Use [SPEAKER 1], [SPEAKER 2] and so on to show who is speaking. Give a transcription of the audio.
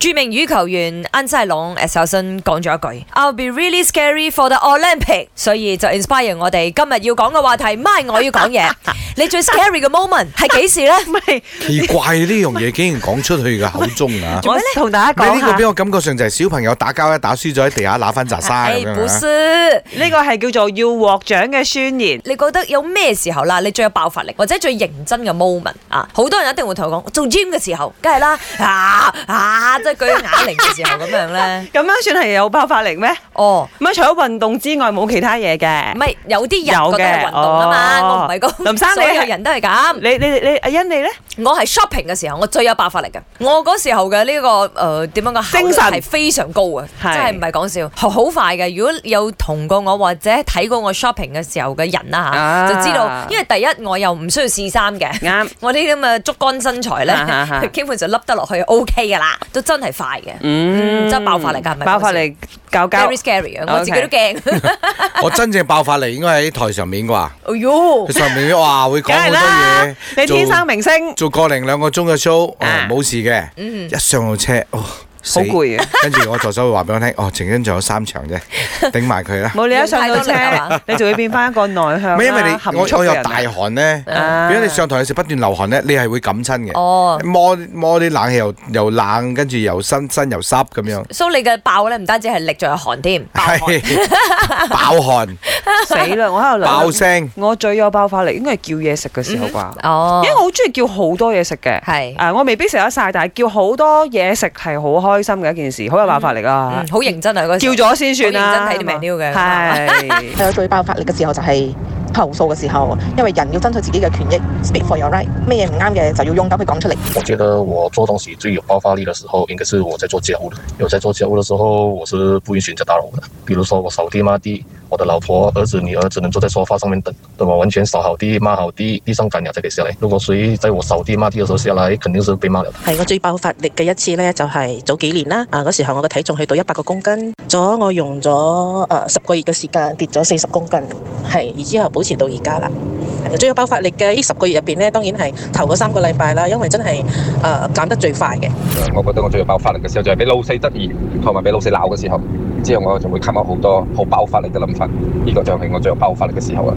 [SPEAKER 1] 著名羽球員安塞朗誒首先講咗一句：I'll be really scary for the Olympic。所以就 inspire 我哋今日要講嘅話題。My，我要講 嘢。你最 scary 嘅 moment 係幾時咧？
[SPEAKER 2] 唔係，
[SPEAKER 3] 奇怪呢樣嘢竟然講出去嘅口中 啊！
[SPEAKER 2] 我同大家
[SPEAKER 3] 你
[SPEAKER 2] 講
[SPEAKER 3] 呢個
[SPEAKER 2] 下，
[SPEAKER 3] 俾我感覺上就係小朋友打交一打輸咗喺地下揦翻扎沙咁
[SPEAKER 1] 誒，
[SPEAKER 3] 樣
[SPEAKER 1] 本
[SPEAKER 3] 啊
[SPEAKER 1] 斯，
[SPEAKER 2] 呢個係叫做要獲獎嘅宣言。
[SPEAKER 1] 你覺得有咩時候啦？你最有爆發力或者最認真嘅 moment 啊？好多人一定會同我講，做 gym 嘅時候，梗係啦，啊啊，即係舉啞鈴嘅時候咁樣咧。
[SPEAKER 2] 咁樣算係有爆發力咩？
[SPEAKER 1] 哦。
[SPEAKER 2] 唔係除咗運動之外冇其他嘢嘅
[SPEAKER 1] 唔。係有啲人覺得係運動啊嘛，
[SPEAKER 2] 有嘅
[SPEAKER 1] 我唔係講
[SPEAKER 2] 哦林生你
[SPEAKER 1] 所有人都係咁。
[SPEAKER 2] 你你你阿欣你咧？
[SPEAKER 1] 我係 shopping 嘅時候，我最有爆發力嘅。我嗰時候嘅呢、個誒呃點、樣嘅
[SPEAKER 2] 精神
[SPEAKER 1] 效率係非常高嘅，真
[SPEAKER 2] 係
[SPEAKER 1] 係唔係講笑，學好快嘅。如果有同過我或者睇過我 shopping 嘅時候嘅人啦嚇，
[SPEAKER 2] 啊
[SPEAKER 1] 就知道，因為第一我又唔需要試衫嘅。
[SPEAKER 2] 啱。
[SPEAKER 1] 我呢啲咁嘅竹竿身材咧，
[SPEAKER 2] 啊啊啊
[SPEAKER 1] 基本上笠得落去 O K 噶啦，都真係快嘅，嗯真係爆發力㗎，係咪
[SPEAKER 2] 爆發力教教
[SPEAKER 1] ，very scary 啊！我自己都驚，
[SPEAKER 3] 我真正爆發力應該喺台上面啩，
[SPEAKER 1] 哎呦
[SPEAKER 3] 佢！上面哇會講
[SPEAKER 2] 梗
[SPEAKER 3] 好
[SPEAKER 2] 係
[SPEAKER 3] 多
[SPEAKER 2] 啦
[SPEAKER 3] 嘢，，
[SPEAKER 2] 你天
[SPEAKER 3] 做
[SPEAKER 2] 生明星，
[SPEAKER 3] 做個零兩個鐘嘅 show，哦
[SPEAKER 2] 啊
[SPEAKER 3] 冇事嘅，一上到車，哦好
[SPEAKER 2] 好攰啊！
[SPEAKER 3] 跟住我助手會話俾我聽，哦，情恩仲有三場 啫，頂埋佢啦。
[SPEAKER 2] 冇你一上到
[SPEAKER 1] 用太多力係嘛
[SPEAKER 2] 車，你就會變翻一個內向
[SPEAKER 3] 唔係因為
[SPEAKER 2] 啦、
[SPEAKER 3] 你
[SPEAKER 2] 含
[SPEAKER 3] 我
[SPEAKER 2] 蓄
[SPEAKER 3] 我
[SPEAKER 2] 嘅
[SPEAKER 3] 有
[SPEAKER 2] 人
[SPEAKER 3] 大汗咧，
[SPEAKER 2] 啊
[SPEAKER 3] 如果你上台嘅時候不斷流汗咧，你係會感親嘅。
[SPEAKER 1] 哦，
[SPEAKER 3] 摸摸啲冷氣又又冷，跟住又身身又濕咁樣，
[SPEAKER 1] 所以你嘅爆咧唔單止係力，仲有寒添。
[SPEAKER 3] 係爆汗
[SPEAKER 2] 死啦！我喺度諗
[SPEAKER 3] 爆聲。
[SPEAKER 2] 我最有爆發力應該係叫嘢食嘅時候啩。
[SPEAKER 1] 哦
[SPEAKER 2] 因，為我好中意叫好多嘢食嘅，
[SPEAKER 1] 係
[SPEAKER 2] 啊，我未必食得晒，但係叫好多嘢食係好開心嘅一件事，好有辦法力啦
[SPEAKER 1] 嗯，好認真啊嗰時
[SPEAKER 2] 叫咗先算啦，
[SPEAKER 1] 好認真睇啲 menu 嘅啊
[SPEAKER 2] 係
[SPEAKER 4] 係我最爆發力嘅時候就係投訴嘅時候，因為人要爭取自己嘅權益，speak for your right，咩嘢唔啱嘅就要勇敢去講出嚟。
[SPEAKER 5] 我觉得我做东西最有爆发力的时候，应该是我在做家务的。因为我在做家务的时候，我是不允许人家打扰我的。比如说我扫地抹地，我的老婆、儿子、女儿只能坐在沙发上面等，等我完全扫好地、抹好地，地上干了再给下来。如果谁在我扫地抹地的时候下来，肯定是被骂了的。
[SPEAKER 6] 係我最爆發力嘅一次呢，就係、早幾年啦。啊，嗰時候我嘅體重去到一百個公斤，咗我用咗誒十個月嘅時間跌咗四十公斤，係，然之後保持到而家啦。最有爆發力嘅呢十個月入邊呢，當然係頭嗰三個禮拜啦，因為真係誒、呃、減得最快嘅。
[SPEAKER 7] 我覺得我最有爆發力嘅時候就係俾老細質疑同埋俾老細鬧嘅時候，之後我就會吸入好多好爆發力嘅諗法，呢、個就係我最有爆發力嘅時候啦。